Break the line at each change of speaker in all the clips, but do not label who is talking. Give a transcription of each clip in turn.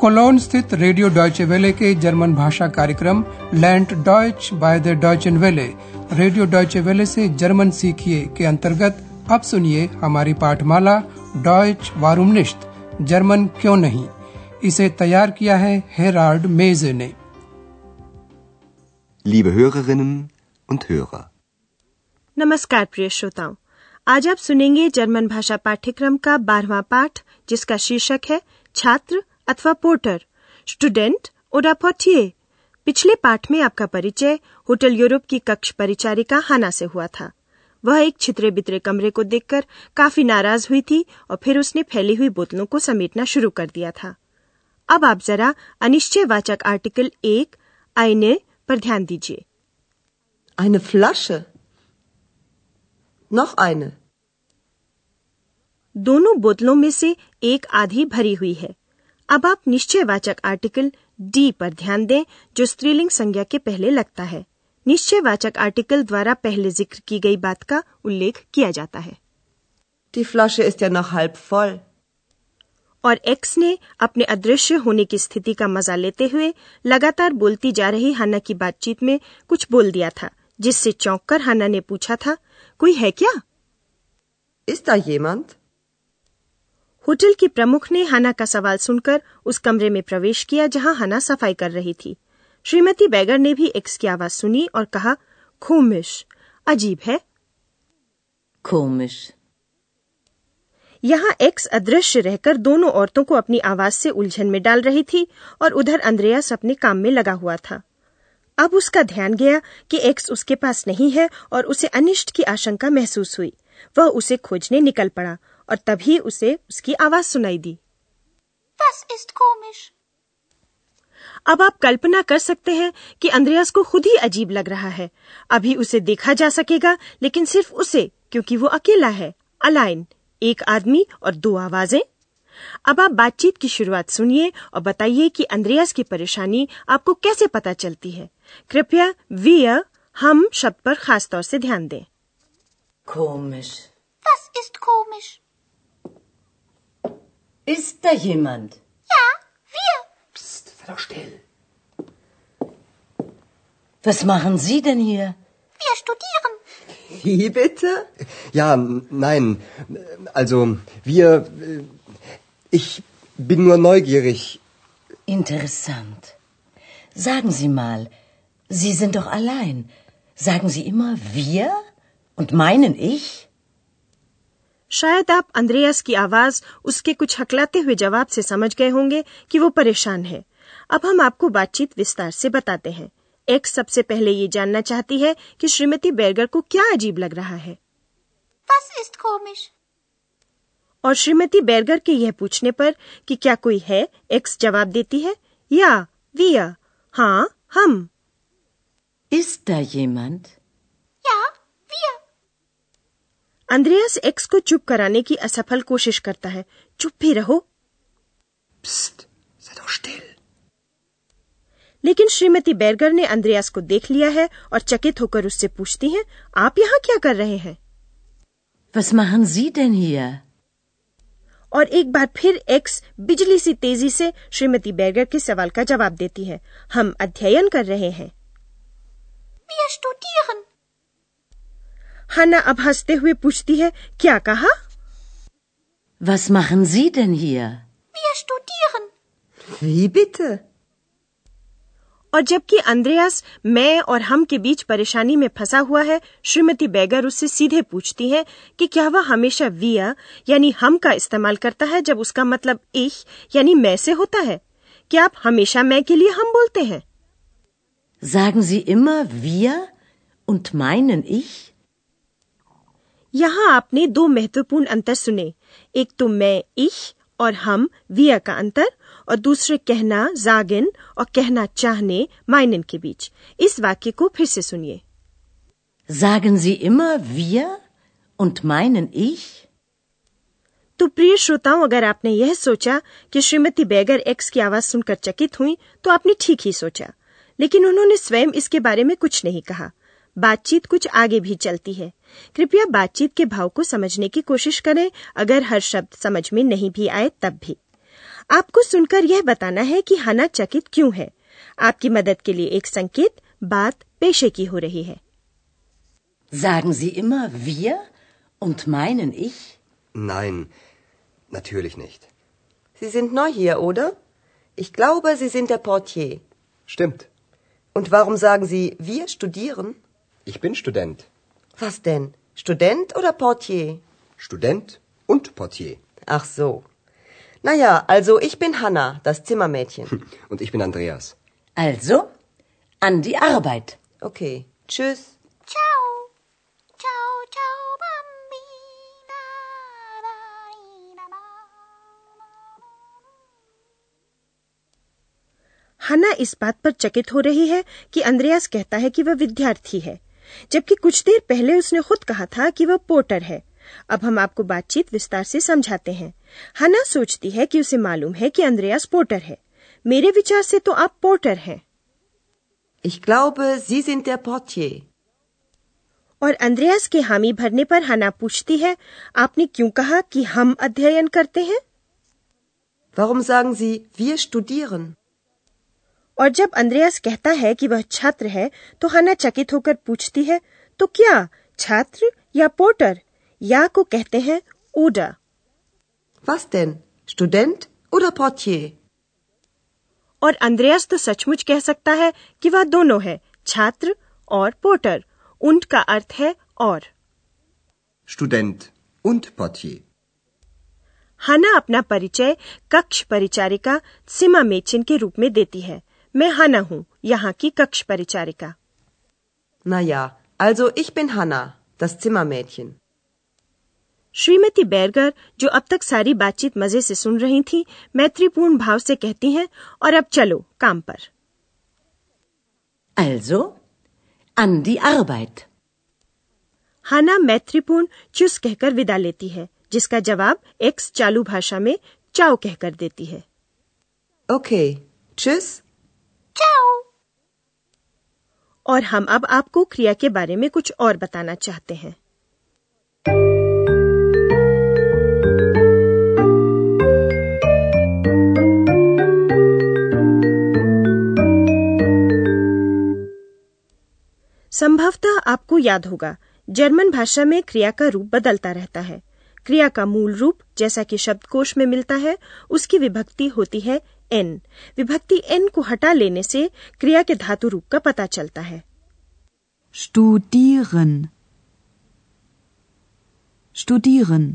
Colon स्थित radio Deutsche Welle के German भाषा कार्यक्रम लैंड डॉयच बाय द डॉयचन वेले रेडियो डॉयचे वेले से जर्मन सीखिए के अंतर्गत अब सुनिए हमारी पाठमाला डॉयच वारूमनिश्त जर्मन क्यों नहीं इसे तैयार किया है हेराल्ड मेजे ने
Liebe Hörerinnen und Hörer,
नमस्कार प्रिय श्रोताओं आज आप सुनेंगे जर्मन भाषा पाठ्यक्रम का बारहवा पाठ जिसका शीर्षक है छात्र अथवा पोर्टर स्टूडेंट और पोर्टिए पिछले पाठ में आपका परिचय होटल यूरोप की कक्ष परिचारिका हाना से हुआ था वह एक छितरे बितरे कमरे को देखकर काफी नाराज हुई थी और फिर उसने फैली हुई बोतलों को समेटना शुरू कर दिया था अब आप जरा अनिश्चयवाचक आर्टिकल एक आईने पर ध्यान दीजिए
Eine Flasche. Noch eine.
दोनों बोतलों में से एक आधी भरी हुई है अब आप निश्चयवाचक आर्टिकल डी पर ध्यान दें जो स्त्रीलिंग संज्ञा के पहले लगता है निश्चयवाचक आर्टिकल द्वारा पहले जिक्र की गई बात का उल्लेख किया जाता है
Die Flasche ist ja noch halb voll.
और एक्स ने अपने अदृश्य होने की स्थिति का मजा लेते हुए लगातार बोलती जा रही हाना की बातचीत में कुछ बोल दिया था जिससे चौंक कर हाना ने पूछा था कोई है क्या
Ist da jemand?
होटल की प्रमुख ने हाना का सवाल सुनकर उस कमरे में प्रवेश किया जहां हाना सफाई कर रही थी श्रीमती बैगर ने भी एक्स की आवाज सुनी और कहा खोमिश अजीब है
Komisch.
यहाँ एक्स अदृश्य रहकर दोनों औरतों को अपनी आवाज से उलझन में डाल रही थी और उधर अंद्रयास अपने काम में लगा हुआ था अब उसका ध्यान गया कि एक्स उसके पास नहीं है और उसे अनिष्ट की आशंका महसूस हुई वह उसे खोजने निकल पड़ा और तभी उसे उसकी आवाज सुनाई दी
Das ist komisch.
अब आप कल्पना कर सकते हैं कि अंद्रयास को खुद ही अजीब लग रहा है अभी उसे देखा जा सकेगा लेकिन सिर्फ उसे क्योंकि वो अकेला है अलाइन एक आदमी और दो आवाजें अब आप बातचीत की शुरुआत सुनिए और बताइए कि अंद्रयास की परेशानी आपको कैसे पता चलती है कृपया वीय हम शब्द पर खास तौर से ध्यान दें
Komisch.
Das ist komisch.
Ist da jemand?
Ja, wir.
Was machen Sie denn hier?
Wir studieren.
Wie bitte?
Ja, n- nein. Also, wir. äh, Ich bin nur neugierig.
Interessant. Sagen Sie mal, Sie sind doch allein. Sagen Sie immer wir und meinen ich?
शायद आप अंद्रयास की आवाज उसके कुछ हकलाते हुए जवाब से समझ गए होंगे कि वो परेशान है अब हम आपको बातचीत विस्तार से बताते हैं एक्स सबसे पहले ये जानना चाहती है कि श्रीमती बेरगर को क्या अजीब लग रहा है
Das ist komisch.
और श्रीमती बेरगर के यह पूछने पर कि क्या कोई है एक्स जवाब देती है या विया हाँ हम
Ist da jemand?
Ja, wir.
Andreas X को चुप कराने की असफल कोशिश करता है चुप भी रहो
Psst, sei doch still.
लेकिन श्रीमती बेरगर ने अंद्रयास को देख लिया है और चकित होकर उससे पूछती हैं आप यहाँ क्या कर रहे हैं
Was machen Sie denn hier?
और एक बार फिर एक्स बिजली सी तेजी से श्रीमती बेरगर के सवाल का जवाब देती है हम अध्ययन कर रहे हैं
Wir studieren.
हाना अब हंसते हुए पूछती है क्या कहा
Was machen Sie denn hier?
Wir studieren.
Wie bitte?
और जबकि अंद्रयास मैं और हम के बीच परेशानी में फंसा हुआ है श्रीमती बेगर उससे सीधे पूछती है कि क्या वह हमेशा विया यानी हम का इस्तेमाल करता है जब उसका मतलब इह यानी मैं से होता है क्या आप हमेशा मैं के लिए हम बोलते हैं
Sagen Sie immer wir und meinen ich?
यहाँ आपने दो महत्वपूर्ण अंतर सुने एक तो मैं इह और हम विया का अंतर और दूसरे कहना जागिन और कहना चाहने मायनन के बीच इस वाक्य को फिर से सुनिए
Sagen Sie immer wir und meinen ich?
तो प्रिय श्रोताओं अगर आपने यह सोचा कि श्रीमती बेगर एक्स की आवाज सुनकर चकित हुई तो आपने ठीक ही सोचा लेकिन उन्होंने स्वयं इसके बारे में कुछ नहीं कहा बातचीत कुछ आगे भी चलती है कृपया बातचीत के भाव को समझने की कोशिश करें अगर हर शब्द समझ में नहीं भी आए तब भी आपको सुनकर यह बताना है कि हना चकित क्यों है आपकी मदद के लिए एक संकेत बात पेशे की हो रही है
Sagen Sie immer wir und meinen ich?
Nein, natürlich nicht.
Sie sind neu hier, oder? Ich glaube, Sie sind der Portier.
Stimmt.
Und warum sagen Sie, wir studieren?
Ich bin Student.
Was denn? Student oder Portier?
Student und Portier.
Ach so. Naja, also ich bin Hanna, das Zimmermädchen.
Und ich bin Andreas.
Also, an die Arbeit.
Okay, tschüss.
Ciao. Ciao, ciao, bambina. La, la, la, la.
हना इस बात पर चकित हो रही है कि अंद्रयास कहता है कि वह विद्यार्थी है जबकि कुछ देर पहले उसने खुद कहा था कि वह पोर्टर है अब हम आपको बातचीत विस्तार से समझाते हैं हना सोचती है कि उसे मालूम है कि अंद्रयास पोर्टर है मेरे विचार से तो आप पोर्टर हैं
Ich glaube, Sie sind der Portier.
और अंद्रयास के हामी भरने पर हना पूछती है आपने क्यों कहा कि हम अध्ययन करते हैं
Warum sagen Sie, wir studieren?
और जब अंद्रयास कहता है कि वह छात्र है तो हना चकित होकर पूछती है तो क्या छात्र या पोर्टर या को कहते हैं ओडा
Was denn? Student oder Portier?
और अंद्रयास तो सचमुच कह सकता है कि वह दोनों है छात्र और पोर्टर उंट का अर्थ है और
Student und Portier.
हना अपना परिचय कक्ष परिचारिका सिमा मेचिन के रूप में देती है मैं हना हूँ यहाँ की कक्ष परिचारिका
Naja, also ich bin Hanna, das Zimmermädchen.
Shrimati बैरगर जो अब तक सारी बातचीत मजे से सुन रही थी मैत्रीपूर्ण भाव से कहती हैं और अब चलो काम पर
Also, an die Arbeit.
Hanna मैत्रीपूर्ण चुस कहकर विदा लेती है जिसका जवाब एक्स चालू भाषा में चाओ कहकर देती है
Okay, tschüss.
Ciao.
और हम अब आपको क्रिया के बारे में कुछ और बताना चाहते हैं संभवतः आपको याद होगा जर्मन भाषा में क्रिया का रूप बदलता रहता है क्रिया का मूल रूप जैसा कि शब्दकोश में मिलता है उसकी विभक्ति होती है एन विभक्ति एन को हटा लेने से क्रिया के धातु रूप का पता चलता है
Studieren. Studieren.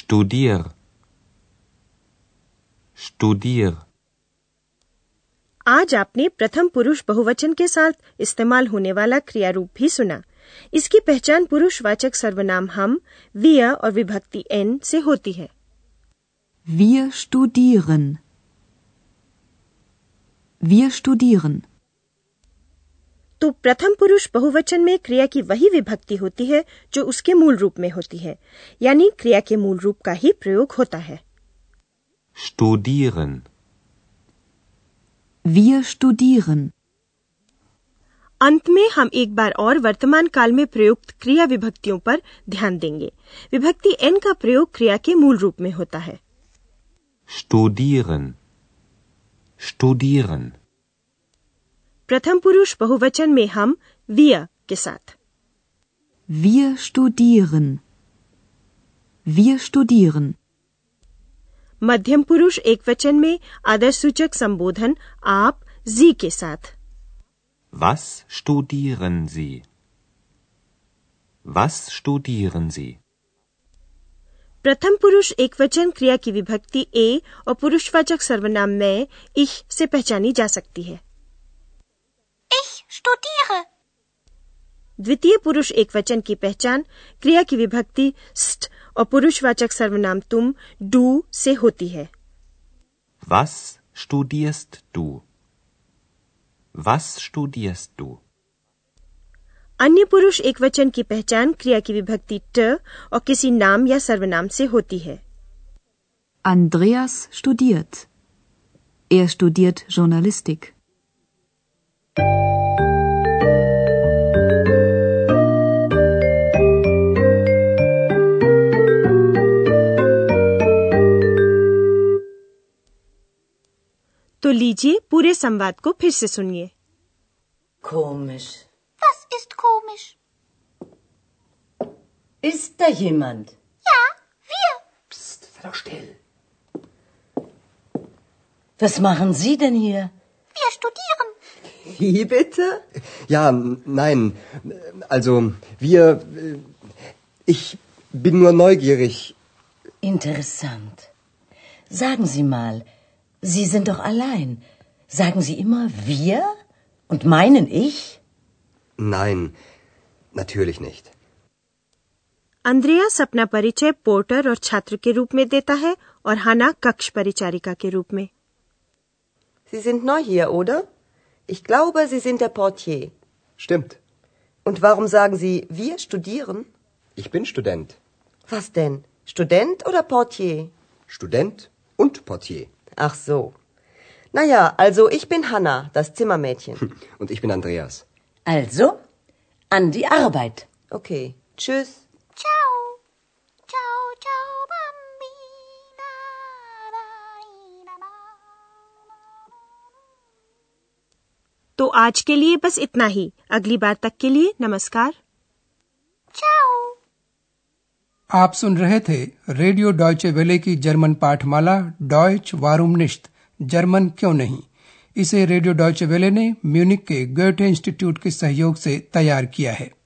Studier. Studier.
आज आपने प्रथम पुरुष बहुवचन के साथ इस्तेमाल होने वाला क्रिया रूप भी सुना इसकी पहचान पुरुषवाचक सर्वनाम हम विया और विभक्ति एन से होती है
Wir studieren. Wir studieren.
तो प्रथम पुरुष बहुवचन में क्रिया की वही विभक्ति होती है जो उसके मूल रूप में होती है यानी क्रिया के मूल रूप का ही प्रयोग होता है
Studieren.
Wir studieren.
अंत में हम एक बार और वर्तमान काल में प्रयुक्त क्रिया विभक्तियों पर ध्यान देंगे विभक्ति एन का प्रयोग क्रिया के मूल रूप में होता है
Studieren. Studieren.
प्रथम पुरुष बहुवचन में हम विया के साथ
Wir studieren. Wir studieren.
मध्यम पुरुष एक वचन में आदर सूचक संबोधन आप जी के साथ
Was studieren Sie? Was studieren Sie?
प्रथम पुरुष एक वचन क्रिया की विभक्ति ए और पुरुषवाचक सर्वनाम मैं इह से पहचानी जा सकती है
Ich studiere.
द्वितीय पुरुष एक वचन की पहचान क्रिया की विभक्ति स्ट और पुरुषवाचक सर्वनाम तुम डू से होती है
Was studierst du? Was studierst du?
अन्य पुरुष एक वचन की पहचान क्रिया की विभक्ति ट और किसी नाम या सर्वनाम से होती है
Andreas studiert. Er studiert Journalistik.
तो लीजिए पूरे संवाद को फिर से सुनिए
Komisch.
Das ist komisch.
Ist da jemand?
Ja, wir.
Psst, sei doch still.
Was machen Sie denn hier?
Wir studieren.
Wie bitte?
Ja, nein, also wir, äh, ich bin nur neugierig.
Interessant. Sagen Sie mal, Sie sind doch allein. Sagen Sie immer wir und meinen ich?
Nein, natürlich nicht.
अंद्रयास अपना परिचय porter और छात्र के रूप में देता है और हाना कक्ष परिचारिका के रूप में
Sie sind neu hier, oder? Ich glaube, Sie sind der Portier.
Stimmt,
Und warum sagen Sie, wir studieren?
ich bin Student.
Was denn? Student oder Portier?
Student und Portier.
Ach so. Naja, also ich bin Hanna, das Zimmermädchen.
Und ich bin Andreas.
Also, an die Arbeit.
Okay, tschüss.
Ciao. Ciao, ciao, bambina. Dai, da, da.
तो आज के लिए बस इतना ही अगली बार तक के लिए नमस्कार
Ciao.
आप सुन रहे थे रेडियो डॉयचे वेले की जर्मन पाठमाला डॉयच वारूम निश्त जर्मन क्यों नहीं इसे रेडियो डॉयचे वेले ने म्यूनिक के गोयटे इंस्टीट्यूट के सहयोग से तैयार किया है